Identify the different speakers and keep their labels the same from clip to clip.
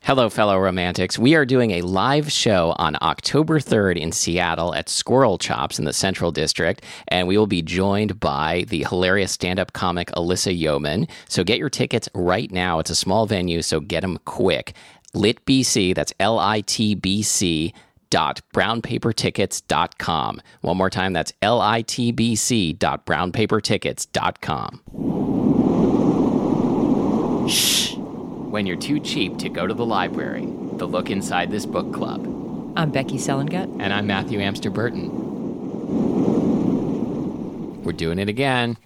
Speaker 1: Hello, fellow romantics. We are doing a live show on October 3rd in Seattle at Squirrel Chops in the Central District, and we will be joined by the hilarious stand up comic Alyssa Yeoman. So get your tickets right now. It's a small venue, so get them quick. LitBC, that's L I T B C dot brownpapertickets.com. One more time, that's L I T B C dot brownpapertickets.com. When you're too cheap to go to the library, the look inside this book club.
Speaker 2: I'm Becky Selengut.
Speaker 1: And I'm Matthew Amster Burton. We're doing it again.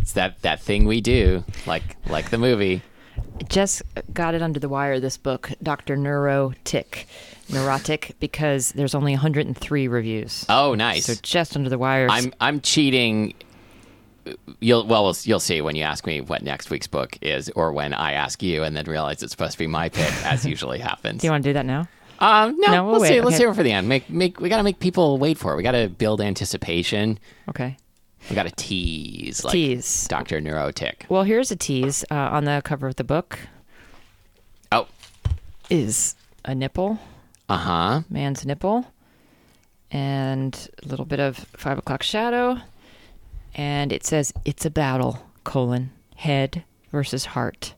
Speaker 1: It's that, that thing we do, like like the movie.
Speaker 2: Just got it under the wire, this book, Dr. Neurotic, Neurotic, because there's only 103 reviews.
Speaker 1: Oh, nice.
Speaker 2: So just under the wire.
Speaker 1: I'm I'm cheating. You'll well, we'll- you'll see when you ask me what next week's book is, or when I ask you and then realize it's supposed to be my pick, as usually happens.
Speaker 2: do you want to do that now?
Speaker 1: um, no,
Speaker 2: No, we'll
Speaker 1: let's
Speaker 2: wait,
Speaker 1: see. Let's
Speaker 2: okay.
Speaker 1: hear it for the end. Make make we gotta make people wait for it. We gotta build anticipation.
Speaker 2: Okay.
Speaker 1: We gotta tease, like
Speaker 2: Tease.
Speaker 1: Doctor Neurotic.
Speaker 2: Well, here's a tease uh, on the cover of the book
Speaker 1: Oh,
Speaker 2: is a nipple,
Speaker 1: uh huh.
Speaker 2: man's nipple, and a little bit of five o'clock shadow. And it says, it's a battle, colon, head versus heart.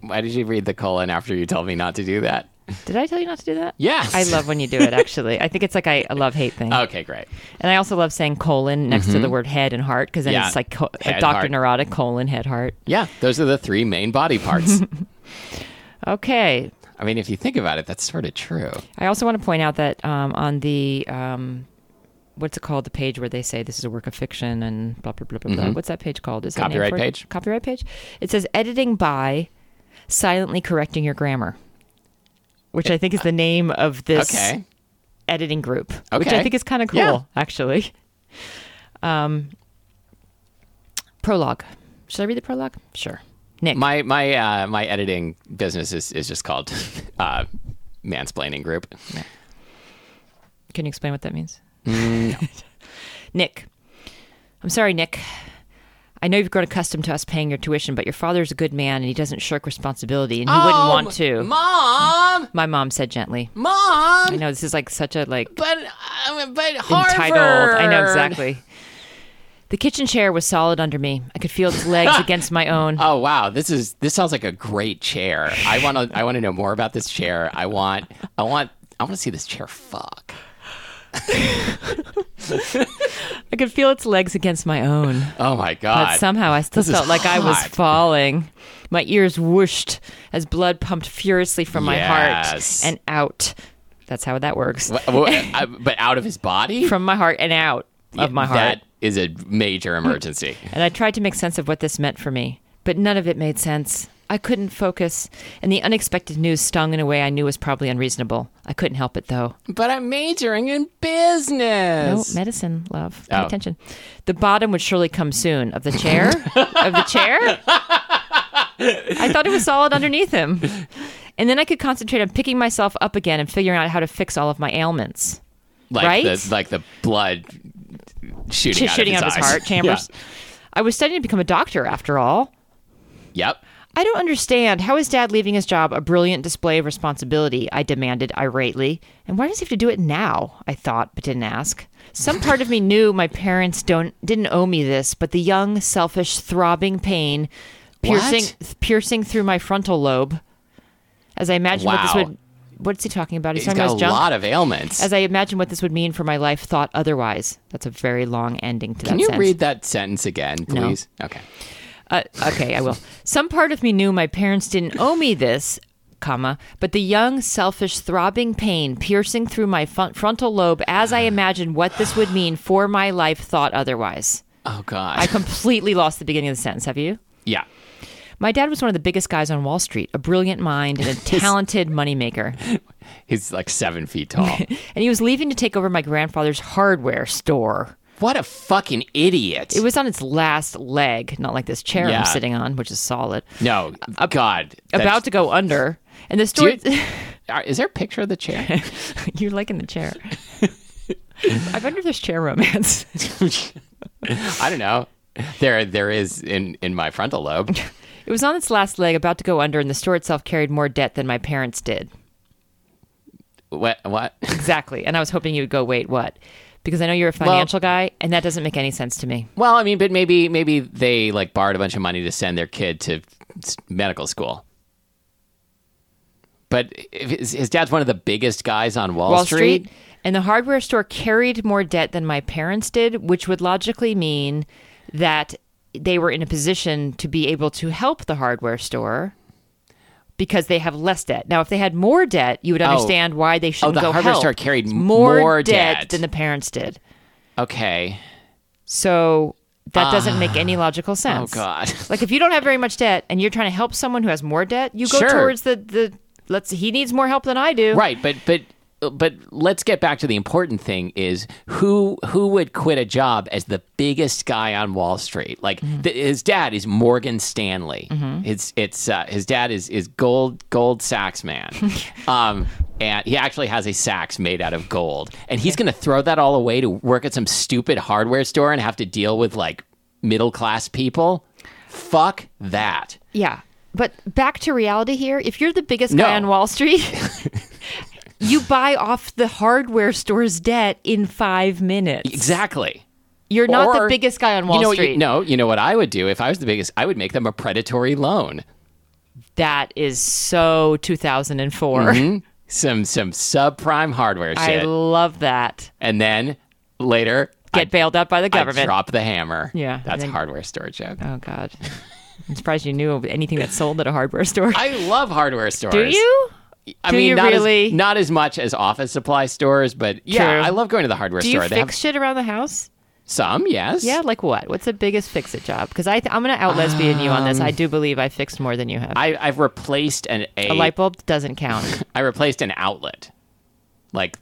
Speaker 1: Why did you read the colon after you told me not to do that?
Speaker 2: Did I tell you not to do that?
Speaker 1: Yes. Oh,
Speaker 2: I love when you do it, actually. I think it's like I, a love hate thing.
Speaker 1: Okay, great.
Speaker 2: And I also love saying colon next to the word head and heart because then
Speaker 1: Mm-hmm. Yeah.
Speaker 2: it's like, co-
Speaker 1: Head,
Speaker 2: like Dr.
Speaker 1: heart.
Speaker 2: Neurotic, colon, head, heart.
Speaker 1: Yeah, those are the three main body parts.
Speaker 2: Okay.
Speaker 1: I mean, if you think about it, that's sort of true.
Speaker 2: I also want to point out that um, on the, um, what's it called? The page where they say this is a work of fiction and blah, blah, blah, blah, blah. What's that page called? Is there a name
Speaker 1: Mm-hmm. Copyright
Speaker 2: for it?
Speaker 1: page?
Speaker 2: Copyright page? It says editing by silently correcting your grammar, which I think is the name of this
Speaker 1: Okay.
Speaker 2: editing group, which
Speaker 1: Okay.
Speaker 2: I think is kind of cool,
Speaker 1: Yeah.
Speaker 2: actually. Um, prologue. Should I read the prologue? Sure. Nick.
Speaker 1: My my uh, my editing business is, is just called uh, mansplaining group.
Speaker 2: Can you explain what that means?
Speaker 1: Mm.
Speaker 2: Nick. I'm sorry, Nick. I know you've grown accustomed to us paying your tuition, but your father's a good man and he doesn't shirk responsibility and he wouldn't want
Speaker 1: Oh,
Speaker 2: to.
Speaker 1: Mom,
Speaker 2: My mom said gently. I
Speaker 1: mom,
Speaker 2: know this is like such a like
Speaker 1: but um, but
Speaker 2: entitled. I know exactly. The kitchen chair was solid under me. I could feel its legs against my own.
Speaker 1: Oh wow, this is this sounds like a great chair. I want to I want to know more about this chair. I want I want I want to see this chair fuck.
Speaker 2: I could feel its legs against my own.
Speaker 1: Oh my
Speaker 2: But
Speaker 1: god.
Speaker 2: somehow I still
Speaker 1: This is
Speaker 2: felt like I was
Speaker 1: hot.
Speaker 2: falling. My ears whooshed as blood pumped furiously from my
Speaker 1: Yes.
Speaker 2: heart and out. That's how that works.
Speaker 1: Wha- wha- I- but out of his body
Speaker 2: From my heart and out of my heart.
Speaker 1: That is a major emergency.
Speaker 2: And I tried to make sense of what this meant for me, but none of it made sense. I couldn't focus, and the unexpected news stung in a way I knew was probably unreasonable. I couldn't help it though.
Speaker 1: but I'm majoring in
Speaker 2: No
Speaker 1: business.
Speaker 2: Oh, medicine, love. Pay
Speaker 1: Oh.
Speaker 2: attention. The bottom would surely come soon of the chair. of the chair. I thought it was solid underneath him. And then I could concentrate on picking myself up again and figuring out how to fix all of my ailments.
Speaker 1: like
Speaker 2: right?
Speaker 1: the like the blood shooting,
Speaker 2: Shit
Speaker 1: out,
Speaker 2: shooting
Speaker 1: of
Speaker 2: out
Speaker 1: his
Speaker 2: of his
Speaker 1: eyes.
Speaker 2: heart chambers. I was studying to become a doctor after all.
Speaker 1: Yeah. Yep.
Speaker 2: I don't understand. How is dad leaving his job a brilliant display of responsibility? I demanded irately. And why does he have to do it now? I thought, but didn't ask. Some part of me knew my parents don't didn't owe me this, but the young, selfish, throbbing pain piercing
Speaker 1: What?
Speaker 2: th- piercing through my frontal lobe. As I imagined what this
Speaker 1: Wow.
Speaker 2: would what's he talking about? He's,
Speaker 1: He's
Speaker 2: talking about
Speaker 1: got a
Speaker 2: his junk.
Speaker 1: lot of ailments.
Speaker 2: As I imagined what this would mean for my life thought otherwise. That's a very long ending to
Speaker 1: Can
Speaker 2: that
Speaker 1: you
Speaker 2: sentence.
Speaker 1: read that sentence again, please? Okay.
Speaker 2: Uh, okay, I will. Some part of me knew my parents didn't owe me this, comma, but the young, selfish, throbbing pain piercing through my fun- frontal lobe as I imagined what this would mean for my life thought otherwise.
Speaker 1: Oh god.
Speaker 2: I completely lost the beginning of the sentence. Have you?
Speaker 1: yeah.
Speaker 2: My dad was one of the biggest guys on Wall Street, a brilliant mind and a talented moneymaker.
Speaker 1: He's like seven feet tall.
Speaker 2: And he was leaving to take over my grandfather's hardware store.
Speaker 1: what a fucking idiot.
Speaker 2: It was on its last leg, not like this chair
Speaker 1: Yeah.
Speaker 2: I'm sitting on, which is solid.
Speaker 1: no. God. that's-
Speaker 2: About to go under. And the
Speaker 1: Do
Speaker 2: store.
Speaker 1: you- Are- is there a picture of the chair?
Speaker 2: You're liking the chair. I wonder if there's chair romance.
Speaker 1: I don't know. There, there is in in my frontal lobe.
Speaker 2: It was on its last leg, about to go under, and the store itself carried more debt than my parents did.
Speaker 1: What? What?
Speaker 2: Exactly. And I was hoping you would go, wait, what? Because I know you're a financial guy, and that doesn't make any sense to me.
Speaker 1: Well, I mean, but maybe maybe they like borrowed a bunch of money to send their kid to s- medical school. But if his, his dad's one of the biggest guys on Wall,
Speaker 2: Wall Street. And the hardware store carried more debt than my parents did, which would logically mean that they were in a position to be able to help the hardware store because they have less debt. Now, if they had more debt, you would understand why they shouldn't
Speaker 1: Oh. the
Speaker 2: go
Speaker 1: hardware
Speaker 2: help.
Speaker 1: store carried
Speaker 2: It's
Speaker 1: m-
Speaker 2: more,
Speaker 1: more
Speaker 2: debt,
Speaker 1: debt.
Speaker 2: than the parents did.
Speaker 1: Okay.
Speaker 2: So that doesn't make any logical
Speaker 1: Oh
Speaker 2: sense.
Speaker 1: God.
Speaker 2: Like if you don't have very much debt and you're trying to help someone who has more debt, you go
Speaker 1: Sure.
Speaker 2: towards the the let's he needs more help than I do.
Speaker 1: right, but but but let's get back to the important thing: is who who would quit a job as the biggest guy on Wall Street? Like th- his dad is Morgan Stanley. It's it's uh, his dad is is gold gold sax man. um, and he actually has a sax made out of gold, and he's going to throw that all away to work at some stupid hardware store and have to deal with like middle class people. Fuck that.
Speaker 2: Yeah. But back to reality here. If you're the biggest
Speaker 1: No.
Speaker 2: guy on Wall Street, you buy off the hardware store's debt in five minutes.
Speaker 1: Exactly.
Speaker 2: You're not
Speaker 1: Or-
Speaker 2: the biggest guy on Wall
Speaker 1: you know, what you-
Speaker 2: Street.
Speaker 1: no, you know what I would do if I was the biggest? I would make them a predatory loan.
Speaker 2: That is so 2004.
Speaker 1: Some some subprime hardware
Speaker 2: I
Speaker 1: Mm-hmm. shit,
Speaker 2: love that.
Speaker 1: and then later
Speaker 2: Get bailed out by the
Speaker 1: I, I
Speaker 2: government.
Speaker 1: drop the hammer.
Speaker 2: Yeah, and
Speaker 1: that's
Speaker 2: then-
Speaker 1: hardware store joke.
Speaker 2: oh, God. I'm surprised you knew of anything that's sold at a hardware store.
Speaker 1: I love hardware stores.
Speaker 2: Do you?
Speaker 1: I
Speaker 2: Do
Speaker 1: mean,
Speaker 2: you
Speaker 1: not
Speaker 2: really?
Speaker 1: as, not as much as office supply stores, but yeah,
Speaker 2: True.
Speaker 1: I love going to the hardware
Speaker 2: Do you
Speaker 1: store. they have
Speaker 2: fix shit around the house?
Speaker 1: some, yes.
Speaker 2: Yeah, like what? What's the biggest fix it job? Because th- I'm going to out lesbian you on this. I do believe I fixed more than you have.
Speaker 1: Um, I, I've replaced an a,
Speaker 2: a light bulb doesn't count.
Speaker 1: I replaced an outlet. Like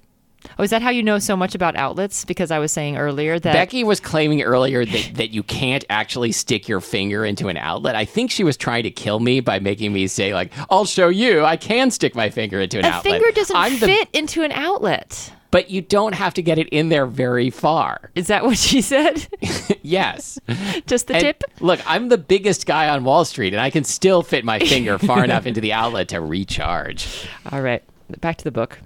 Speaker 2: Oh, is that how you know so much about outlets? Because I was saying earlier that
Speaker 1: Becky was claiming earlier that, that you can't actually stick your finger into an outlet. I think she was trying to kill me by making me say, like, I'll show you, I can stick my finger into an
Speaker 2: a
Speaker 1: outlet.
Speaker 2: finger doesn't
Speaker 1: I'm the-
Speaker 2: fit into an outlet.
Speaker 1: but you don't have to get it in there very far.
Speaker 2: Is that what she said?
Speaker 1: yes.
Speaker 2: Just the
Speaker 1: And
Speaker 2: tip?
Speaker 1: Look, I'm the biggest guy on Wall Street, and I can still fit my finger far enough into the outlet to recharge.
Speaker 2: All right, back to the book.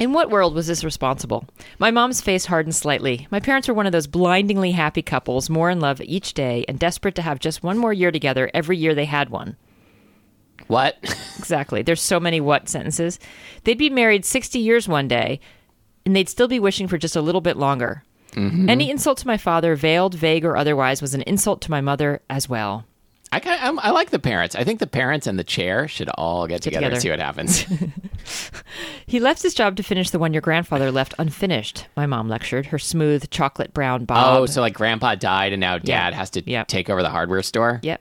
Speaker 2: In what world was this responsible? My mom's face hardened slightly. My parents were one of those blindingly happy couples, more in love each day and desperate to have just one more year together every year they had one.
Speaker 1: What?
Speaker 2: Exactly. There's so many what sentences. They'd be married 60 years one day, and they'd still be wishing for just a little bit longer. Any insult to my father, veiled, vague, or otherwise, was an insult to my mother as well.
Speaker 1: I, kind of, I'm, I like the parents. I think the parents and the chair should all get, together,
Speaker 2: together.
Speaker 1: and see what happens.
Speaker 2: He left his job to finish the one your grandfather left unfinished, my mom lectured, her smooth, chocolate brown bob.
Speaker 1: oh, so like grandpa died, and now dad has to
Speaker 2: Yeah.
Speaker 1: take over the hardware store?
Speaker 2: Yep.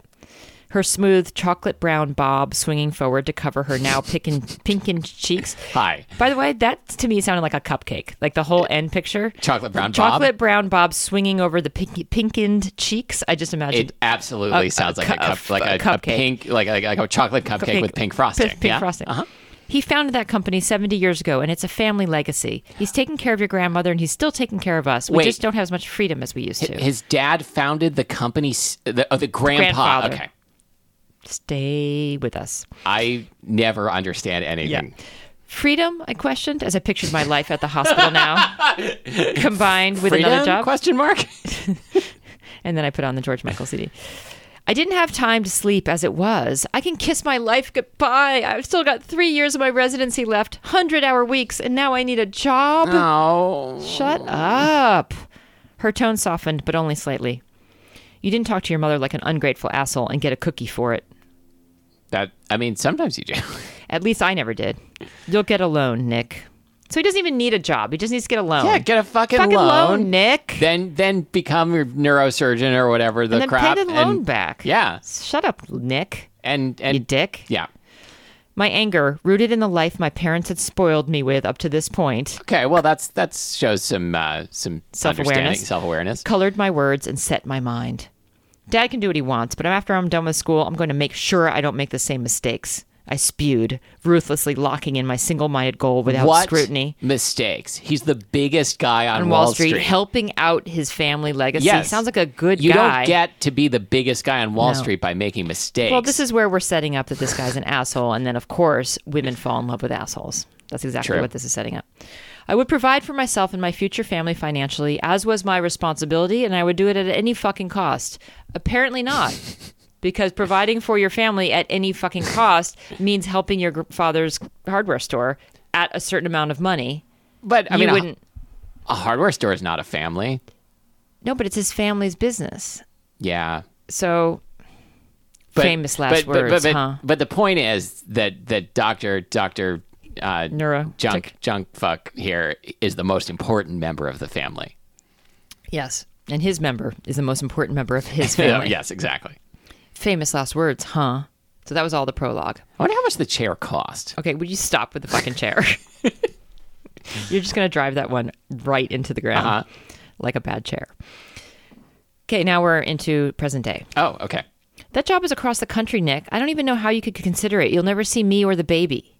Speaker 2: Her smooth, chocolate brown bob swinging forward to cover her now pink and, pink and cheeks.
Speaker 1: Hi.
Speaker 2: By the way, that to me sounded like a cupcake, like the whole end picture.
Speaker 1: Chocolate brown
Speaker 2: Chocolate
Speaker 1: bob.
Speaker 2: brown bob swinging over the pink, pinkened cheeks. I just imagined
Speaker 1: It absolutely sounds like a,
Speaker 2: cu- a
Speaker 1: cup,
Speaker 2: f-
Speaker 1: like
Speaker 2: a
Speaker 1: a, a
Speaker 2: cupcake.
Speaker 1: pink, like a, like a chocolate cupcake with pink frosting.
Speaker 2: Pink, pink
Speaker 1: yeah?
Speaker 2: frosting.
Speaker 1: Uh-huh.
Speaker 2: He founded that company 70 years ago, and it's a family legacy. He's taken care of your grandmother, and he's still taking care of us. We
Speaker 1: Wait.
Speaker 2: just don't have as much freedom as we used to.
Speaker 1: His dad founded the company. s- The, oh, the grandpa.
Speaker 2: grandfather.
Speaker 1: Okay.
Speaker 2: Stay with us.
Speaker 1: I never understand anything.
Speaker 2: Freedom, I questioned as I pictured my life at the hospital now, combined with
Speaker 1: Freedom?
Speaker 2: another job.
Speaker 1: Question mark.
Speaker 2: and then I put on the George Michael CD. I didn't have time to sleep as it was. I can kiss my life goodbye. I've still got three years of my residency left, 100 hour weeks, and now I need a job.
Speaker 1: Oh.
Speaker 2: Shut up. Her tone softened, but only slightly. You didn't talk to your mother like an ungrateful asshole and get a cookie for it.
Speaker 1: That. I mean, sometimes you do.
Speaker 2: At least I never did. You'll get a loan, Nick. So he doesn't even need a job. He just needs to get a loan.
Speaker 1: Yeah, get a fucking,
Speaker 2: Fucking loan, Nick.
Speaker 1: Then, then become your neurosurgeon or whatever the
Speaker 2: and then
Speaker 1: crap.
Speaker 2: pay the loan back.
Speaker 1: Yeah,
Speaker 2: Shut up, Nick.
Speaker 1: and and
Speaker 2: You dick.
Speaker 1: yeah.
Speaker 2: My anger, rooted in the life my parents had spoiled me with up to this point,
Speaker 1: Okay, well, that's that shows some uh, some
Speaker 2: Self-awareness.
Speaker 1: understanding, self awareness.
Speaker 2: colored my words and set my mind. Dad can do what he wants, but after I'm done with school, I'm going to make sure I don't make the same mistakes. I spewed, ruthlessly locking in my single minded goal without
Speaker 1: what
Speaker 2: scrutiny.
Speaker 1: mistakes? He's the biggest guy on,
Speaker 2: On Wall Street, helping out his family legacy.
Speaker 1: Yes.
Speaker 2: Sounds like a good
Speaker 1: you
Speaker 2: guy.
Speaker 1: don't get to be the biggest guy on Wall
Speaker 2: No.
Speaker 1: Street by making mistakes.
Speaker 2: well, this is where we're setting up that this guy's an asshole. And then, of course, women fall in love with assholes. That's exactly
Speaker 1: True.
Speaker 2: what this is setting up. I would provide for myself and my future family financially, as was my responsibility, and I would do it at any fucking cost. Apparently not. Because providing for your family at any fucking cost means helping your gr- father's hardware store at a certain amount of money.
Speaker 1: but I
Speaker 2: you
Speaker 1: mean, uh, a-
Speaker 2: wouldn't.
Speaker 1: a hardware store is not a family.
Speaker 2: No, but it's his family's business.
Speaker 1: Yeah.
Speaker 2: So famous last
Speaker 1: but,
Speaker 2: words,
Speaker 1: but, but,
Speaker 2: huh?
Speaker 1: But the point is that that Doctor Doctor uh,
Speaker 2: Neuro-
Speaker 1: junk junk fuck here is the most important member of the family.
Speaker 2: Yes. And his member is the most important member of his family.
Speaker 1: yes, exactly.
Speaker 2: Famous last words, huh? So that was all the prologue.
Speaker 1: I wonder how much the chair cost.
Speaker 2: Okay, would you stop with the fucking chair? You're just going to drive that one right into the ground
Speaker 1: Uh-huh.
Speaker 2: like a bad chair. Okay, now we're into present day.
Speaker 1: Oh, okay.
Speaker 2: That job is across the country, Nick. I don't even know how you could consider it. You'll never see me or the baby.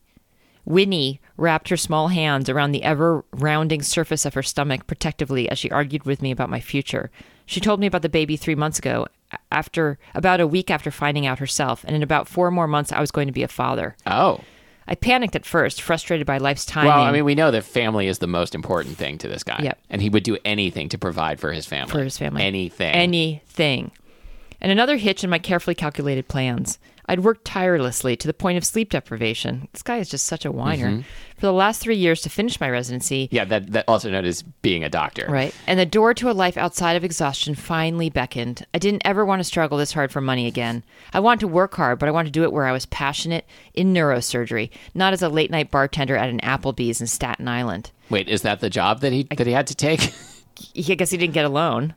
Speaker 2: Winnie wrapped her small hands around the ever rounding surface of her stomach protectively as she argued with me about my future. She told me about the baby three months ago, a- after about a week after finding out herself, and in about four more months, I was going to be a father.
Speaker 1: Oh,
Speaker 2: I panicked at first, frustrated by life's timing.
Speaker 1: well, I mean, we know that family is the most important thing to this guy.
Speaker 2: Yep.
Speaker 1: And he would do anything to provide for his family.
Speaker 2: for his family.
Speaker 1: Anything.
Speaker 2: Anything. And another hitch in my carefully calculated plans. I'd worked tirelessly to the point of sleep deprivation. This guy is just such a whiner. For the last three years to finish my residency,
Speaker 1: yeah, that, that also known as being a doctor.
Speaker 2: right? And the door to a life outside of exhaustion finally beckoned. I didn't ever want to struggle this hard for money again. I wanted to work hard, but I wanted to do it where I was passionate in neurosurgery, not as a late night bartender at an Applebee's in Staten Island.
Speaker 1: Wait, is that the job that he that he had to take?
Speaker 2: he, I guess he didn't get a loan.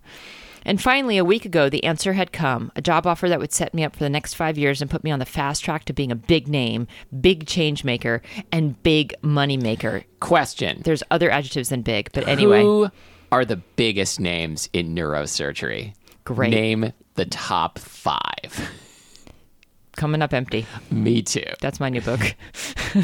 Speaker 2: And finally, a week ago, the answer had come a job offer that would set me up for the next five years and put me on the fast track to being a big name, big change maker, and big money maker.
Speaker 1: Question.
Speaker 2: There's other adjectives than big, but anyway.
Speaker 1: Who are the biggest names in neurosurgery?
Speaker 2: Great.
Speaker 1: Name the top five.
Speaker 2: Coming up empty.
Speaker 1: Me too.
Speaker 2: That's my new book.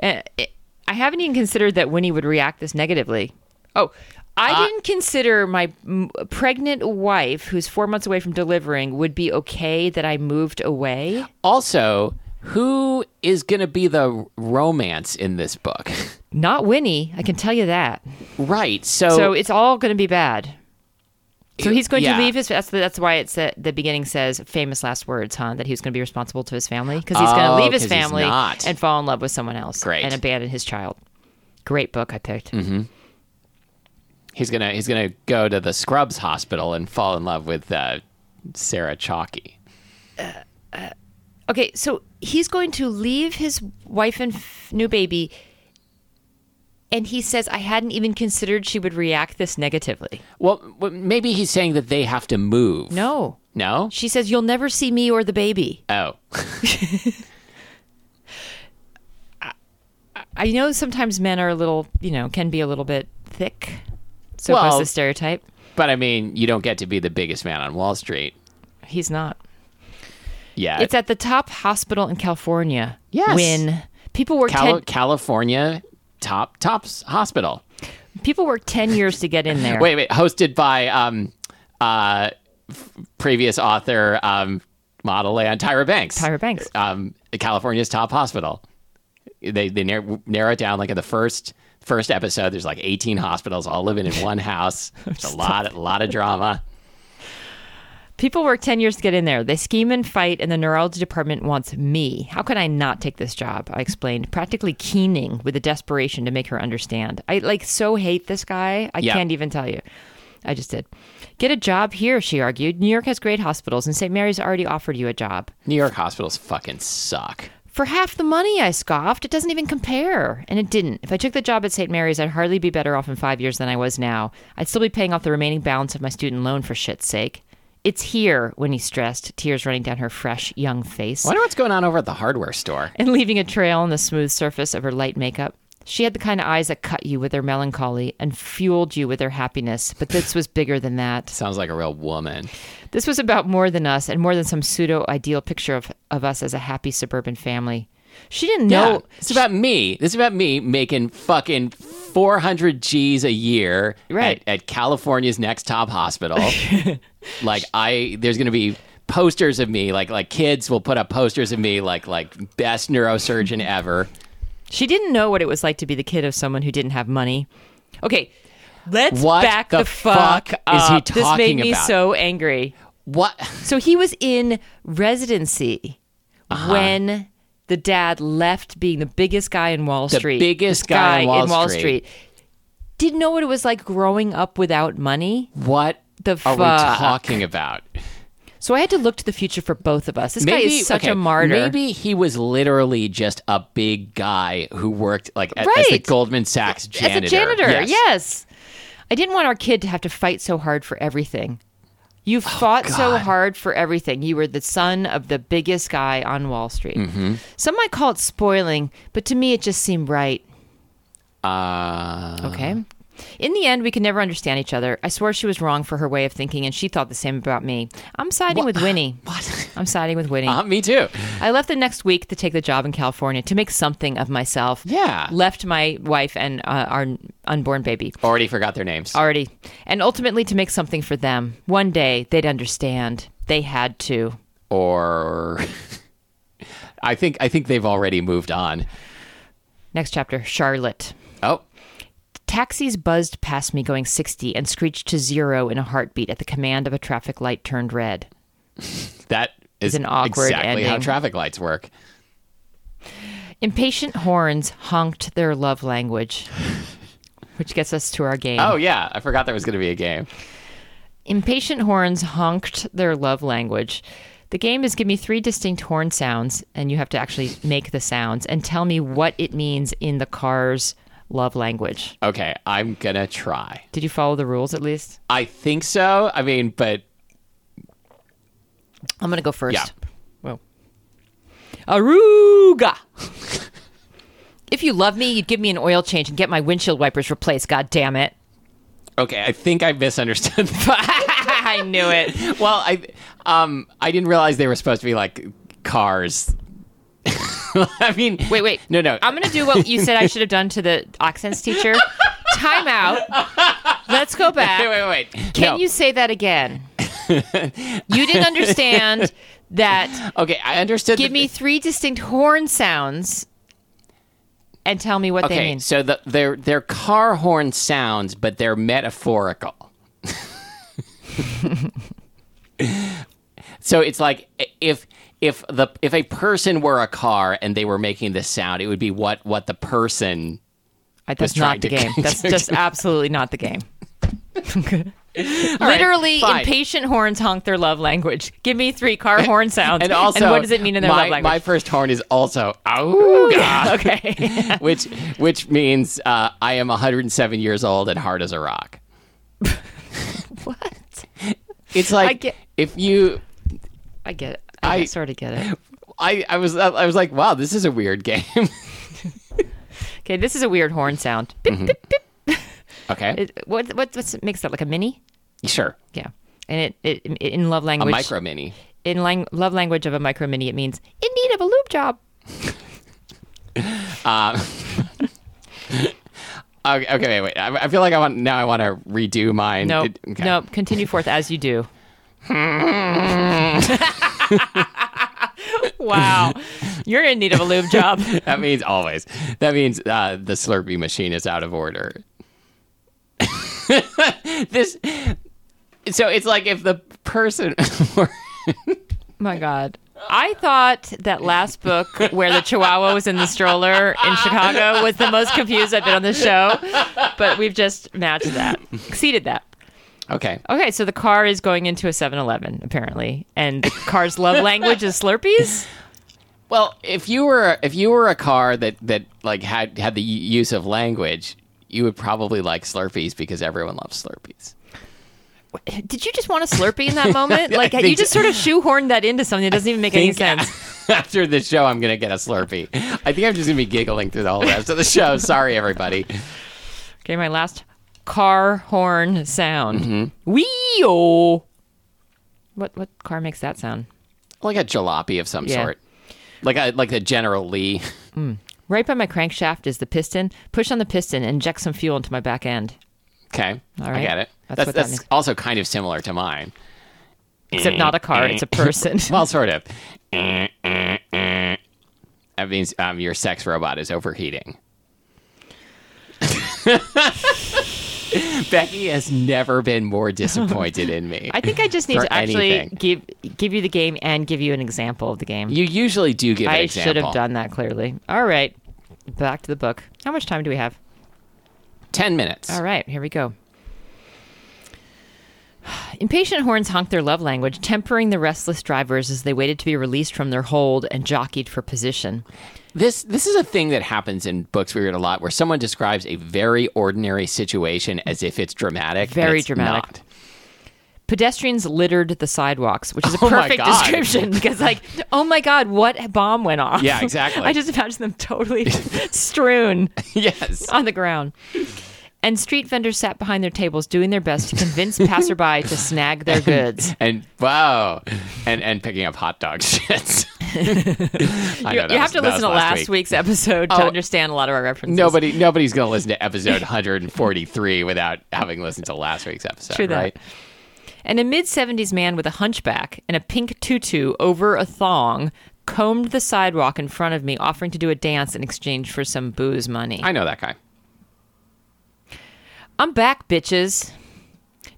Speaker 2: Eh, it- I haven't even considered that Winnie would react this negatively. Oh, I didn't consider my m- pregnant wife, who's four months away from delivering, would be okay that I moved away.
Speaker 1: Also, who is going to be the romance in this book?
Speaker 2: Not Winnie, I can tell you that.
Speaker 1: right. So,
Speaker 2: So it's all going to be bad. So he's going
Speaker 1: yeah.
Speaker 2: to leave his. That's, that's why it's at the beginning says famous last words, huh? That he was going to be responsible to his family because he's going
Speaker 1: Oh,
Speaker 2: to leave his
Speaker 1: 'cause he's
Speaker 2: family
Speaker 1: not.
Speaker 2: and fall in love with someone else,
Speaker 1: Great. Mm-hmm.
Speaker 2: and abandon his child. Great book I picked.
Speaker 1: he's gonna he's gonna go to the Scrubs hospital and fall in love with uh, Sarah Chalky.
Speaker 2: Okay, so he's going to leave his wife and f- new baby, and he says, "I hadn't even considered she would react this negatively."
Speaker 1: Well, w- maybe he's saying that they have to move.
Speaker 2: No,
Speaker 1: No.
Speaker 2: she says, "You'll never see me or the baby."
Speaker 1: Oh,
Speaker 2: I know sometimes men are a little, you know, can be a little bit thick. So
Speaker 1: Well-
Speaker 2: was the stereotype.
Speaker 1: but I mean, you don't get to be the biggest man on Wall Street.
Speaker 2: He's not.
Speaker 1: Yeah.
Speaker 2: It's at the top hospital in California.
Speaker 1: Yes.
Speaker 2: When people work
Speaker 1: Cali-
Speaker 2: ten,
Speaker 1: California top tops hospital.
Speaker 2: people work ten years to get in there.
Speaker 1: Wait, wait. Hosted by um, uh, f- previous author, um, model, and Tyra Banks.
Speaker 2: Tyra Banks.
Speaker 1: Um, California's top hospital. They they narrow, narrow it down like in the first first episode. There's like 18 hospitals all living in one house. It's a lot a lot of drama.
Speaker 2: People work ten years to get in there. They scheme and fight, and the neurology department wants me. How can I not take this job? I explained, practically keening with the desperation to make her understand. I like so hate this guy. I
Speaker 1: Yeah.
Speaker 2: can't even tell you. I just did. Get a job here, she argued. New York has great hospitals, and St. Mary's already offered you a job.
Speaker 1: New York hospitals fucking suck.
Speaker 2: For half the money, I scoffed. It doesn't even compare. And it didn't. If I took the job at St. Mary's, I'd hardly be better off in five years than I was now. I'd still be paying off the remaining balance of my student loan for shit's sake. It's here, when he stressed, tears running down her fresh, young face,
Speaker 1: I wonder what's going on over at the hardware store.
Speaker 2: and leaving a trail on the smooth surface of her light makeup. She had the kind of eyes that cut you with their melancholy and fueled you with their happiness, but this was bigger than that.
Speaker 1: Sounds like a real woman.
Speaker 2: This was about more than us and more than some pseudo ideal picture of, of us as a happy suburban family. She didn't
Speaker 1: Yeah.
Speaker 2: know.
Speaker 1: it's about me. This is about me making fucking 400 G's a year
Speaker 2: Right.
Speaker 1: at, at California's next top hospital. like I, there's going to be posters of me. Like like kids will put up posters of me. Like like best neurosurgeon ever.
Speaker 2: She didn't know what it was like to be the kid of someone who didn't have money. Okay, let's
Speaker 1: What
Speaker 2: back
Speaker 1: the
Speaker 2: the, fuck,
Speaker 1: fuck is he
Speaker 2: up. this made
Speaker 1: talking
Speaker 2: me
Speaker 1: about?
Speaker 2: so angry.
Speaker 1: What?
Speaker 2: So he was in residency
Speaker 1: Uh-huh.
Speaker 2: when the dad left being the biggest guy in Wall
Speaker 1: The
Speaker 2: Street.
Speaker 1: biggest
Speaker 2: this
Speaker 1: guy in Wall Street.
Speaker 2: Street. Didn't know what it was like growing up without money.
Speaker 1: What
Speaker 2: The
Speaker 1: are
Speaker 2: fuck?
Speaker 1: we talking about?
Speaker 2: So I had to look to the future for both of us. This guy is such
Speaker 1: okay,
Speaker 2: a martyr.
Speaker 1: Maybe he was literally just a big guy who worked like at, as the
Speaker 2: Right.
Speaker 1: Goldman Sachs janitor.
Speaker 2: As a janitor,
Speaker 1: Yes.
Speaker 2: yes. I didn't want our kid to have to fight so hard for everything. You fought
Speaker 1: Oh,
Speaker 2: so
Speaker 1: God.
Speaker 2: hard for everything. You were the son of the biggest guy on Wall Street.
Speaker 1: Mm-hmm.
Speaker 2: Some might call it spoiling, but to me, it just seemed right.
Speaker 1: Uh,
Speaker 2: Okay. In the end, we could never understand each other. I swore she was wrong for her way of thinking, and she thought the same about me. I'm siding with Winnie.
Speaker 1: what?
Speaker 2: I'm siding with Winnie.
Speaker 1: Uh, me too.
Speaker 2: I left the next week to take the job in California to make something of myself.
Speaker 1: Yeah.
Speaker 2: Left my wife and uh, our unborn baby.
Speaker 1: Already forgot their names.
Speaker 2: Already. And ultimately to make something for them. One day they'd understand. They had to.
Speaker 1: Or I think I think they've already moved on.
Speaker 2: Next chapter Charlotte.
Speaker 1: Oh,
Speaker 2: Taxis buzzed past me going 60 and screeched to zero in a heartbeat at the command of a traffic light turned red.
Speaker 1: that is
Speaker 2: an awkward
Speaker 1: exactly how
Speaker 2: ending.
Speaker 1: traffic lights work.
Speaker 2: Impatient horns honked their love language, which gets us to our game.
Speaker 1: Oh yeah, I forgot there was going to be a game.
Speaker 2: Impatient horns honked their love language. The game is give me three distinct horn sounds, and you have to actually make the sounds and tell me what it means in the car's love language.
Speaker 1: Okay, I'm gonna try.
Speaker 2: Did you follow the rules at least?
Speaker 1: I think so. I mean, but
Speaker 2: I'm going to go first.
Speaker 1: Yeah.
Speaker 2: Well, Aruga. if you love me, you'd give me an oil change and get my windshield wipers replaced. God damn it.
Speaker 1: okay, I think I misunderstood.
Speaker 2: I knew it.
Speaker 1: well, I um I didn't realize they were supposed to be like cars. I mean,
Speaker 2: Wait, wait.
Speaker 1: No, no.
Speaker 2: I'm gonna do what you said I should have done to the accents teacher. Time out. Let's go back.
Speaker 1: wait, wait, wait.
Speaker 2: Can
Speaker 1: No.
Speaker 2: you say that again? you didn't understand that.
Speaker 1: Okay, I understood.
Speaker 2: Give
Speaker 1: the-
Speaker 2: me three distinct horn sounds, and tell me what
Speaker 1: Okay,
Speaker 2: they mean.
Speaker 1: so the, their their car horn sounds, but they're metaphorical. so it's like if if the if a person were a car and they were making this sound, it would be what what the person.
Speaker 2: I- that's
Speaker 1: trying
Speaker 2: not the
Speaker 1: to-
Speaker 2: game. That's just absolutely not the game. Literally,
Speaker 1: fine.
Speaker 2: impatient horns honk their love language. Give me three car horn sounds.
Speaker 1: And also,
Speaker 2: what does it mean in their
Speaker 1: my,
Speaker 2: love
Speaker 1: My
Speaker 2: language?
Speaker 1: first horn is also "Auga,"
Speaker 2: okay.
Speaker 1: which which means uh, I am 107 years old and hard as a rock.
Speaker 2: what?
Speaker 1: It's like
Speaker 2: get-
Speaker 1: if you
Speaker 2: I get it. I,
Speaker 1: I-
Speaker 2: sort of get it.
Speaker 1: I, I was I was like, wow, this is a weird game.
Speaker 2: Okay, this is a weird horn sound. Beep,
Speaker 1: Mm-hmm.
Speaker 2: beep, beep.
Speaker 1: okay,
Speaker 2: It- what what what's, makes that like a mini?
Speaker 1: sure,
Speaker 2: Yeah, and it, it in love
Speaker 1: a
Speaker 2: language
Speaker 1: micro mini.
Speaker 2: in lang- love language of a micro mini it means in need of a lube job.
Speaker 1: Okay, okay, wait, wait. I, I feel like I want now. I want to redo mine.
Speaker 2: No,
Speaker 1: It- okay.
Speaker 2: no, continue forth as you do. wow, you're in need of a lube job.
Speaker 1: that means always. That means uh, the Slurpee machine is out of order. this, so it's like if the person. were-
Speaker 2: My God. I thought that last book where the Chihuahua was in the stroller in Chicago was the most confused I've been on this show, but we've just matched that, exceeded that.
Speaker 1: okay,
Speaker 2: Okay, so the car is going into a 7 Eleven, apparently, and the car's love language is Slurpees?
Speaker 1: well, if you were if you were a car that that like had had the u- use of language, you would probably like Slurpees because everyone loves Slurpees.
Speaker 2: Did you just want a Slurpee in that moment? Like,
Speaker 1: I
Speaker 2: you
Speaker 1: think
Speaker 2: just sort of shoehorned that into something that doesn't even make any
Speaker 1: think
Speaker 2: sense.
Speaker 1: After the show, I'm gonna get a Slurpee. I think I'm just gonna be giggling through the whole rest of the show. Sorry, everybody.
Speaker 2: Okay, my last car horn sound.
Speaker 1: Mm-hmm.
Speaker 2: Wee-o. What, what car makes that sound?
Speaker 1: Like a jalopy of some
Speaker 2: Yeah.
Speaker 1: sort. Like a, like the General Lee.
Speaker 2: Right by my crankshaft is the piston. Push on the piston and inject some fuel into my back end.
Speaker 1: Okay, I
Speaker 2: right.
Speaker 1: get it.
Speaker 2: That's
Speaker 1: That's
Speaker 2: what that
Speaker 1: that's,
Speaker 2: means.
Speaker 1: also kind of similar to mine.
Speaker 2: Except not a car,
Speaker 1: Eh,
Speaker 2: it's a person.
Speaker 1: Well, sort of. That means um, your sex robot is overheating. Becky has never been more disappointed in me.
Speaker 2: I think I just need
Speaker 1: For
Speaker 2: to actually
Speaker 1: anything.
Speaker 2: give give you the game and give you an example of the game.
Speaker 1: you usually do give an
Speaker 2: I
Speaker 1: example.
Speaker 2: should have done that clearly. All right. Back to the book. How much time do we have?
Speaker 1: ten minutes.
Speaker 2: All right, here we go. Impatient horns honked their love language, tempering the restless drivers as they waited to be released from their hold and jockeyed for position.
Speaker 1: This this is a thing that happens in books we read a lot, where someone describes a very ordinary situation as if it's dramatic. and
Speaker 2: Very
Speaker 1: it's
Speaker 2: dramatic.
Speaker 1: not.
Speaker 2: Pedestrians littered the sidewalks, which is a
Speaker 1: Oh my
Speaker 2: perfect
Speaker 1: God.
Speaker 2: description because, like, oh my God, what bomb went off?
Speaker 1: Yeah, exactly.
Speaker 2: I just imagine them totally strewn.
Speaker 1: yes.
Speaker 2: on the ground. And street vendors sat behind their tables doing their best to convince passerby to snag their goods.
Speaker 1: And wow, and and picking up hot dog shits. I
Speaker 2: You,
Speaker 1: know, that
Speaker 2: you have
Speaker 1: was-
Speaker 2: to
Speaker 1: that was Oh,
Speaker 2: listen to last week's episode to understand a lot of our references.
Speaker 1: Nobody, nobody's going to listen to episode 143 without having listened to last week's episode,
Speaker 2: True that.
Speaker 1: right?
Speaker 2: And a mid 70s man with a hunchback and a pink tutu over a thong combed the sidewalk in front of me, offering to do a dance in exchange for some booze money.
Speaker 1: I know that guy.
Speaker 2: I'm back, bitches.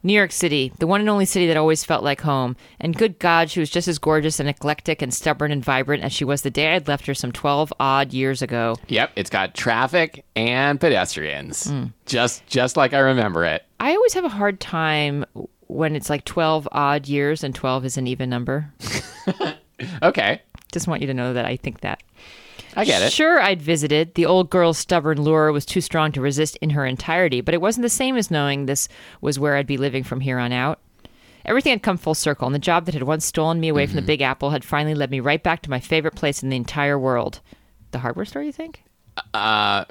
Speaker 2: New York City, the one and only city that always felt like home. And good God, she was just as gorgeous and eclectic and stubborn and vibrant as she was the day I'd left her some 12 odd years ago.
Speaker 1: Yep, it's got traffic and pedestrians,
Speaker 2: Mm.
Speaker 1: just just like I remember it.
Speaker 2: I always have a hard time when it's like 12 odd years and 12 is an even number.
Speaker 1: Okay,
Speaker 2: Just want you to know that I think that.
Speaker 1: I get it.
Speaker 2: Sure, I'd visited. The old girl's stubborn lure was too strong to resist in her entirety, but it wasn't the same as knowing this was where I'd be living from here on out. Everything had come full circle, and the job that had once stolen me away
Speaker 1: Mm-hmm.
Speaker 2: from the Big Apple had finally led me right back to my favorite place in the entire world. The hardware store, you think? Uh, Do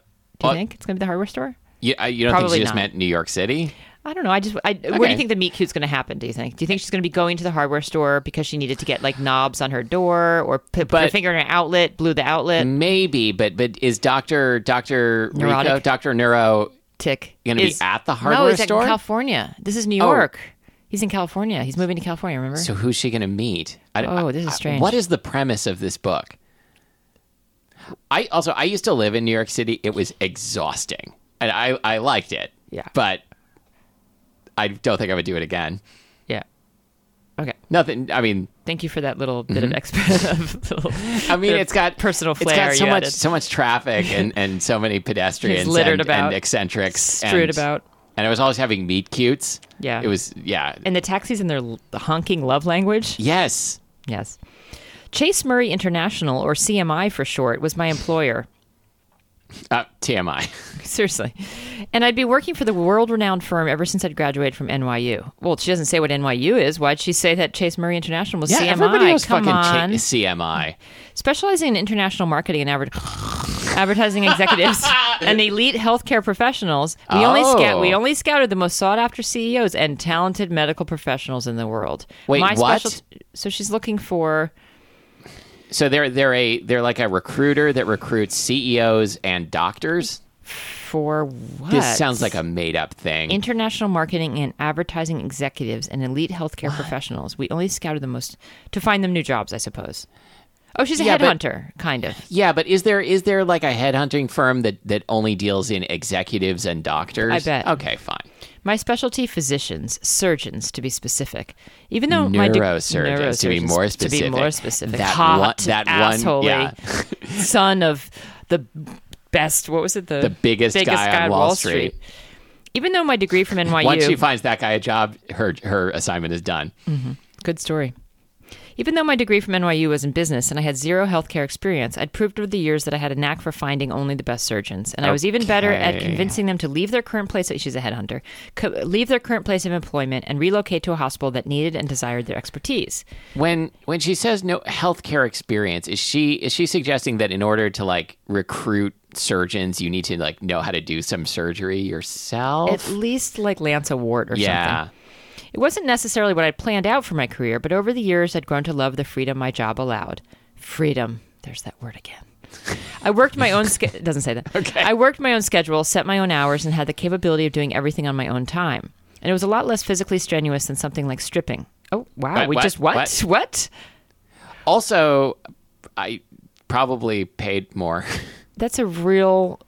Speaker 2: you
Speaker 1: well-
Speaker 2: think it's going to be the hardware store?
Speaker 1: You, uh, you don't think
Speaker 2: Probably
Speaker 1: she just
Speaker 2: not.
Speaker 1: meant New York City?
Speaker 2: I don't know. I just, I, where do
Speaker 1: Okay.
Speaker 2: you think the meet cute's going to happen? Do you think? Do you think she's going to be going to the hardware store because she needed to get like knobs on her door or put, put her
Speaker 1: But-
Speaker 2: finger in an outlet, blew the outlet?
Speaker 1: Maybe, but but is Doctor Doctor Rico
Speaker 2: Neurotic.
Speaker 1: Doctor Neuro?
Speaker 2: tick.
Speaker 1: Gonna be
Speaker 2: is-
Speaker 1: at the
Speaker 2: No,
Speaker 1: hardware
Speaker 2: he's at-
Speaker 1: store? Oh.
Speaker 2: in California. This is New York. He's in California. He's moving to California. Remember?
Speaker 1: So who's she going to meet? I,
Speaker 2: Oh, this is
Speaker 1: I-
Speaker 2: strange.
Speaker 1: what is the premise of this book? I also I used to live in New York City. It was exhausting, and I I liked it.
Speaker 2: Yeah.
Speaker 1: but I don't think I would do it again.
Speaker 2: yeah. Okay.
Speaker 1: Nothing. I mean,
Speaker 2: Thank you for that little bit of expert. of little-
Speaker 1: Mm-hmm. I mean,
Speaker 2: Their
Speaker 1: it's got
Speaker 2: personal
Speaker 1: It's
Speaker 2: flair
Speaker 1: got so
Speaker 2: you
Speaker 1: much,
Speaker 2: added.
Speaker 1: so much traffic and and so many pedestrians
Speaker 2: It's littered
Speaker 1: and,
Speaker 2: about,
Speaker 1: and eccentrics and,
Speaker 2: strewed about.
Speaker 1: and I was always having meet cutes.
Speaker 2: Yeah.
Speaker 1: it was yeah,
Speaker 2: and the taxis in their l- honking love language.
Speaker 1: yes.
Speaker 2: Yes. Chase Murray International, or CMI for short, was my employer.
Speaker 1: Uh, TMI.
Speaker 2: Seriously. And I'd be working for the world renowned firm ever since I'd graduated from NYU. Well, she doesn't say what NYU is. Why'd she say that Chase Murray International was
Speaker 1: Yeah,
Speaker 2: CMI?
Speaker 1: everybody was
Speaker 2: Come
Speaker 1: fucking
Speaker 2: on.
Speaker 1: cha- CMI.
Speaker 2: specializing in international marketing and adver- advertising executives and elite healthcare professionals. We only scout,
Speaker 1: Oh.
Speaker 2: we only scouted the most sought after CEOs and talented medical professionals in the world.
Speaker 1: Wait, what?
Speaker 2: so she's looking for
Speaker 1: So they're they're a they're like a recruiter that recruits CEOs and doctors.
Speaker 2: for what?
Speaker 1: This sounds like a made up thing.
Speaker 2: international marketing and advertising executives and elite healthcare professionals. We only scouted the most to find them new jobs, I suppose. Oh, she's a
Speaker 1: Yeah, but-
Speaker 2: headhunter, kind of.
Speaker 1: yeah, but is there is there like a headhunting firm that that only deals in executives and doctors?
Speaker 2: I bet.
Speaker 1: Okay, fine.
Speaker 2: My specialty physicians, surgeons to be specific. Even though my de-
Speaker 1: Neurosurgeons, to be more
Speaker 2: neurosurgeons,
Speaker 1: specific.
Speaker 2: to be more specific,
Speaker 1: That
Speaker 2: hot,
Speaker 1: one- that one-
Speaker 2: asshole-y
Speaker 1: yeah.
Speaker 2: son of the best. What was it? The,
Speaker 1: The biggest guy on Wall Street.
Speaker 2: Even though my degree from NYU,
Speaker 1: Once she finds that guy a job, her her assignment is done.
Speaker 2: Good story. Even though my degree from NYU was in business and I had zero healthcare experience, I'd proved over the years that I had a knack for finding only the best surgeons. And I was even better at
Speaker 1: Okay.
Speaker 2: convincing them to leave their current place, she's a headhunter, co- leave their current place of employment and relocate to a hospital that needed and desired their expertise.
Speaker 1: When when she says no healthcare experience, is she is she suggesting that in order to like recruit surgeons, you need to like know how to do some surgery yourself?
Speaker 2: At least like Lance Award or
Speaker 1: yeah.
Speaker 2: something. It wasn't necessarily what I'd planned out for my career, but over the years I'd grown to love the freedom my job allowed. Freedom. There's that word again. I worked my own sch- it doesn't say that. Okay. I worked my own schedule, set my own hours, and had the capability of doing everything on my own time. And it was a lot less physically strenuous than something like stripping. Oh wow,
Speaker 1: What,
Speaker 2: we
Speaker 1: what,
Speaker 2: just what?
Speaker 1: what?
Speaker 2: What?
Speaker 1: Also, I probably paid more.
Speaker 2: That's a real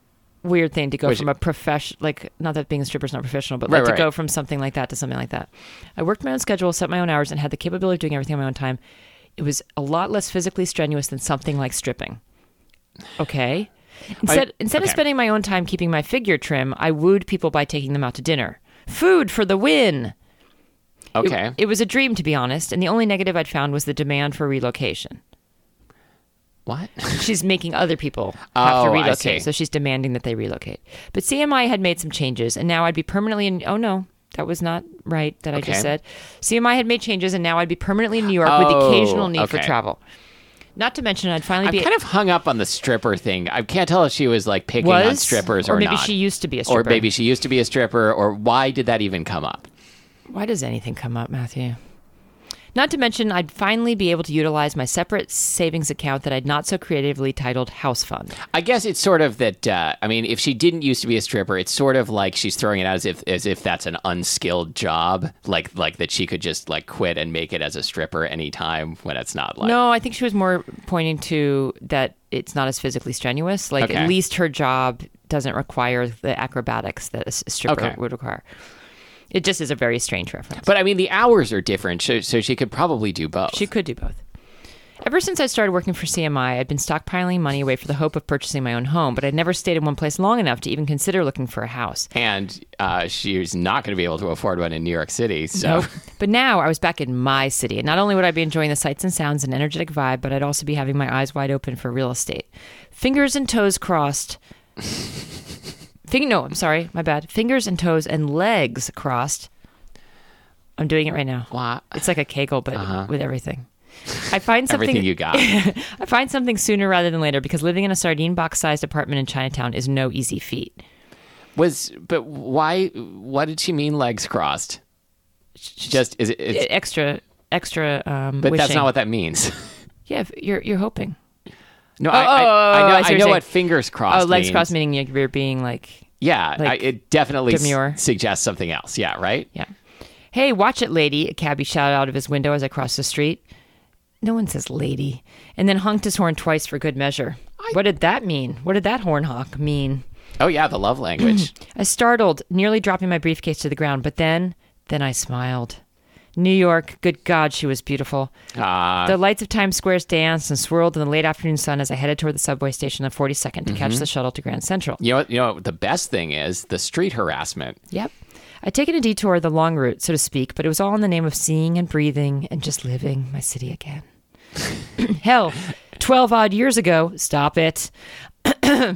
Speaker 2: weird thing to go
Speaker 1: Which-
Speaker 2: from a profession like not that being a stripper is not professional, but
Speaker 1: Right,
Speaker 2: like
Speaker 1: right.
Speaker 2: to go from something like that to something like that. I worked my own schedule, set my own hours, and had the capability of doing everything on my own time. It was a lot less physically strenuous than something like stripping. Okay. Instead, instead
Speaker 1: okay.
Speaker 2: of spending my own time keeping my figure trim, I wooed people by taking them out to dinner. Food for the win. It-
Speaker 1: Okay.
Speaker 2: It, was a dream, to be honest, and the only negative I'd found was the demand for relocation.
Speaker 1: what?
Speaker 2: She's making other people have to
Speaker 1: Oh, I see.
Speaker 2: relocate, so she's demanding that they relocate. But CMI had made some changes, and now I'd be permanently in. Oh no, that was not right that I
Speaker 1: Okay.
Speaker 2: just said. CMI had made changes, and now I'd be permanently in New York with
Speaker 1: Oh,
Speaker 2: occasional need for
Speaker 1: okay.
Speaker 2: travel. Not to mention, I'd finally
Speaker 1: I'm
Speaker 2: be
Speaker 1: kind of hung up on the stripper thing. I can't tell if she was like picking on
Speaker 2: was
Speaker 1: strippers or,
Speaker 2: or maybe
Speaker 1: not.
Speaker 2: she used to be a
Speaker 1: or
Speaker 2: stripper.
Speaker 1: maybe she used to be a stripper, or why did that even come up?
Speaker 2: Why does anything come up, Matthew? Not to mention, I'd finally be able to utilize my separate savings account that I'd not so creatively titled House Fund.
Speaker 1: I guess it's sort of that. Uh, I mean, if she didn't used to be a stripper, it's sort of like she's throwing it out as if as if that's an unskilled job, like like that she could just like quit and make it as a stripper anytime when it's not like.
Speaker 2: No, I think she was more pointing to that it's not as physically strenuous. Like,
Speaker 1: Okay.
Speaker 2: at least her job doesn't require the acrobatics that a s- stripper
Speaker 1: Okay.
Speaker 2: would require. It just is a very strange reference.
Speaker 1: But I mean, the hours are different, so, so she could probably do both.
Speaker 2: She could do both. Ever since I started working for CMI, I'd been stockpiling money away for the hope of purchasing my own home, but I'd never stayed in one place long enough to even consider looking for a house.
Speaker 1: and uh, she's not going to be able to afford one in New York City. So
Speaker 2: Nope. But now I was back in my city, and not only would I be enjoying the sights and sounds and energetic vibe, but I'd also be having my eyes wide open for real estate. Fingers and toes crossed. Fing- no, I'm sorry, my bad. Fingers and toes and legs crossed. I'm doing it right now.
Speaker 1: Wha-
Speaker 2: It's like a kegel, but with everything. I find something.
Speaker 1: Uh-huh. everything you got.
Speaker 2: I find something sooner rather than later because living in a sardine box sized apartment in Chinatown is no easy feat.
Speaker 1: was but why what did she mean legs crossed she just is it it's,
Speaker 2: Extra, extra. Um,
Speaker 1: but that's
Speaker 2: wishing.
Speaker 1: not what that means
Speaker 2: Yeah, if you're you're hoping.
Speaker 1: no I, I,
Speaker 2: oh, oh,
Speaker 1: I
Speaker 2: oh,
Speaker 1: know,
Speaker 2: I see what
Speaker 1: I
Speaker 2: you're
Speaker 1: know
Speaker 2: saying.
Speaker 1: what fingers crossed
Speaker 2: oh, legs
Speaker 1: means.
Speaker 2: crossed meaning you're being like,
Speaker 1: yeah I,
Speaker 2: like,
Speaker 1: it definitely s-
Speaker 2: demure.
Speaker 1: suggests something else yeah right
Speaker 2: yeah. Hey, watch it, lady! A cabbie shouted out of his window as I crossed the street. No one says lady, and then honked his horn twice for good measure. What did that mean? What did that horn honk mean?
Speaker 1: oh yeah the love language
Speaker 2: I startled, nearly dropping my briefcase to the ground, but then, then I smiled. New York, good God, she was beautiful.
Speaker 1: uh,
Speaker 2: The lights of Times Square's danced and swirled in the late afternoon sun as I headed toward the subway station on 42nd to catch the shuttle to Grand Central.
Speaker 1: you know what- you know what the best thing is the street harassment
Speaker 2: Yep. I'd taken a detour the long route, so to speak, but it was all in the name of seeing and breathing and just living my city again. Hell, 12 odd years ago, stop it.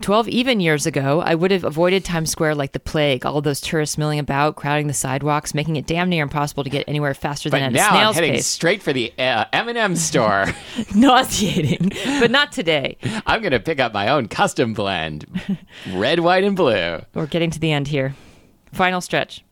Speaker 2: 12 even years ago, I would have avoided Times Square like the plague, all those tourists milling about, crowding the sidewalks, making it damn near impossible to get anywhere faster than
Speaker 1: but
Speaker 2: at a
Speaker 1: now i'm
Speaker 2: snail's
Speaker 1: heading
Speaker 2: pace.
Speaker 1: straight for the uh, m&m store
Speaker 2: Nauseating, but not today.
Speaker 1: i'm going to pick up my own custom blend red white and blue
Speaker 2: We're getting to the end here. Final stretch.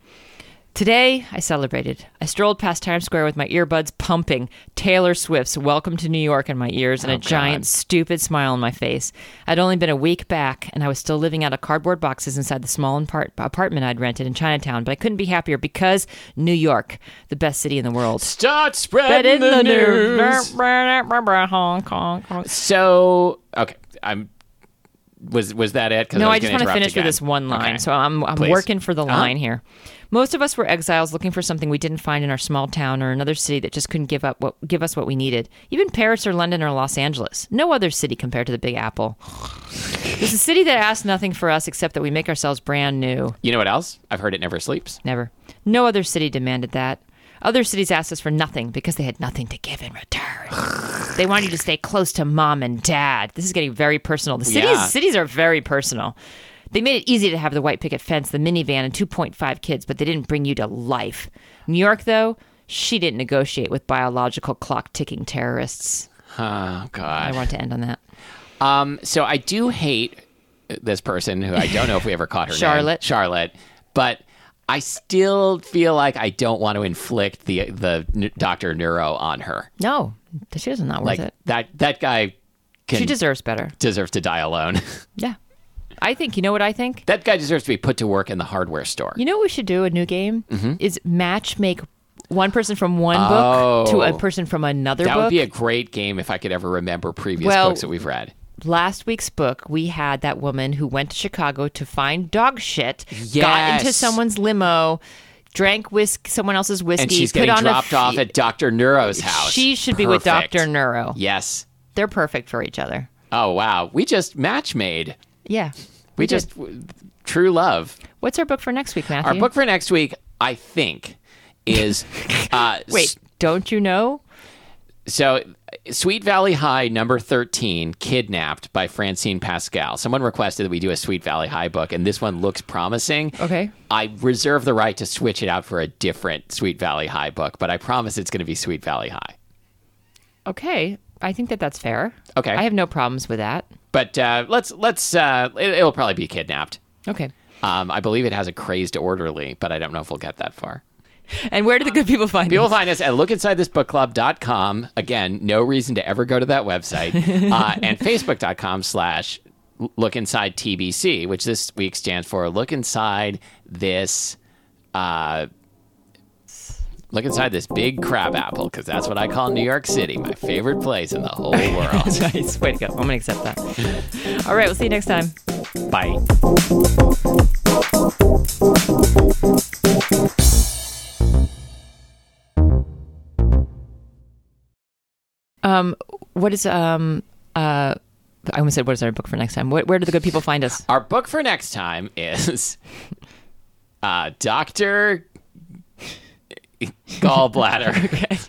Speaker 2: Today, I celebrated. I strolled past Times Square with my earbuds pumping Taylor Swift's Welcome to New York in my ears and a giant, stupid smile on my face. I'd only been a week back, and I was still living out of cardboard boxes inside the small impart- apartment I'd rented in Chinatown, but I couldn't be happier because New York, the best city in the world.
Speaker 1: start spreading the, news
Speaker 2: Hong Kong.
Speaker 1: So okay, I'm was was that it? 'Cause
Speaker 2: No,
Speaker 1: was
Speaker 2: I just
Speaker 1: gonna
Speaker 2: want to
Speaker 1: interrupt
Speaker 2: finish
Speaker 1: again.
Speaker 2: with this one line.
Speaker 1: Okay.
Speaker 2: So I'm, I'm
Speaker 1: Please.
Speaker 2: working for the
Speaker 1: Uh-huh.
Speaker 2: line here. Most of us were exiles looking for something we didn't find in our small town or another city that just couldn't give up what give us what we needed. Even Paris or London or Los Angeles. No other city compared to the Big Apple. it's a city that asks nothing for us except that we make ourselves brand new.
Speaker 1: you know what else? I've heard it never sleeps.
Speaker 2: Never. No other city demanded that. Other cities asked us for nothing because they had nothing to give in return. they wanted you to stay close to mom and dad. This is getting very personal. The cities
Speaker 1: Yeah.
Speaker 2: cities are very personal. They made it easy to have the white picket fence, the minivan, and 2.5 kids, but they didn't bring you to life. New York, though, she didn't negotiate with biological clock ticking terrorists.
Speaker 1: Oh
Speaker 2: I
Speaker 1: god.
Speaker 2: want to end on that.
Speaker 1: Um. So I do hate uh, this person who I don't know if we ever caught her name.
Speaker 2: Charlotte.
Speaker 1: Charlotte. But I still feel like I don't want to inflict the the n- Doctor Neuro on her.
Speaker 2: No, She was not worth
Speaker 1: Like
Speaker 2: it.
Speaker 1: that that guy can
Speaker 2: She deserves better.
Speaker 1: deserves to die alone.
Speaker 2: Yeah. I think, you know what I think?
Speaker 1: that guy deserves to be put to work in the hardware store.
Speaker 2: You know what we should do? A new game
Speaker 1: Mm-hmm.
Speaker 2: is match make one person from one book to a
Speaker 1: Oh.
Speaker 2: person from another
Speaker 1: that
Speaker 2: book.
Speaker 1: would be a great game if I could ever remember previous
Speaker 2: Well-
Speaker 1: books that we've read.
Speaker 2: Last week's book, we had that woman who went to Chicago to find dog shit, got into
Speaker 1: Yes.
Speaker 2: someone's limo, drank whisk someone else's whiskey,
Speaker 1: And she's
Speaker 2: put
Speaker 1: getting
Speaker 2: on
Speaker 1: dropped
Speaker 2: a,
Speaker 1: off at Dr. Neuro's house.
Speaker 2: She should be with
Speaker 1: Perfect.
Speaker 2: Dr. Neuro.
Speaker 1: Yes.
Speaker 2: They're perfect for each other.
Speaker 1: Oh, wow. We just match made.
Speaker 2: Yeah.
Speaker 1: We,
Speaker 2: did.
Speaker 1: just, w- true love.
Speaker 2: What's our book for next week, Matthew?
Speaker 1: Our book for next week, I think, is. uh,
Speaker 2: Wait, don't you know?
Speaker 1: So, Sweet Valley High number 13, Kidnapped by Francine Pascal. Someone requested that we do a Sweet Valley High book, and this one looks promising.
Speaker 2: Okay.
Speaker 1: I reserve the right to switch it out for a different Sweet Valley High book, but I promise it's going to be Sweet Valley High.
Speaker 2: Okay. I think that that's fair.
Speaker 1: Okay.
Speaker 2: I have no problems with that.
Speaker 1: But uh, let's, let's, uh, it, it'll probably be Kidnapped.
Speaker 2: Okay.
Speaker 1: Um, I believe it has a crazed orderly, but I don't know if we'll get that far.
Speaker 2: And where do the good people find
Speaker 1: You'll find us at lookinsidethisbookclub.com. Again, no reason to ever go to that website. Uh, and facebook.com slash look inside TBC, which this week stands for look inside this. Uh, Look inside this big crab apple because that's what I call New York City, my favorite place in the whole world.
Speaker 2: nice. Way to go. I'm going to accept that. All right. We'll see you next time.
Speaker 1: Bye.
Speaker 2: Um, what is, um, uh, I almost said, what is our book for next time? Where, where do the good people find us?
Speaker 1: Our book for next time is uh, Dr. Gallbladder.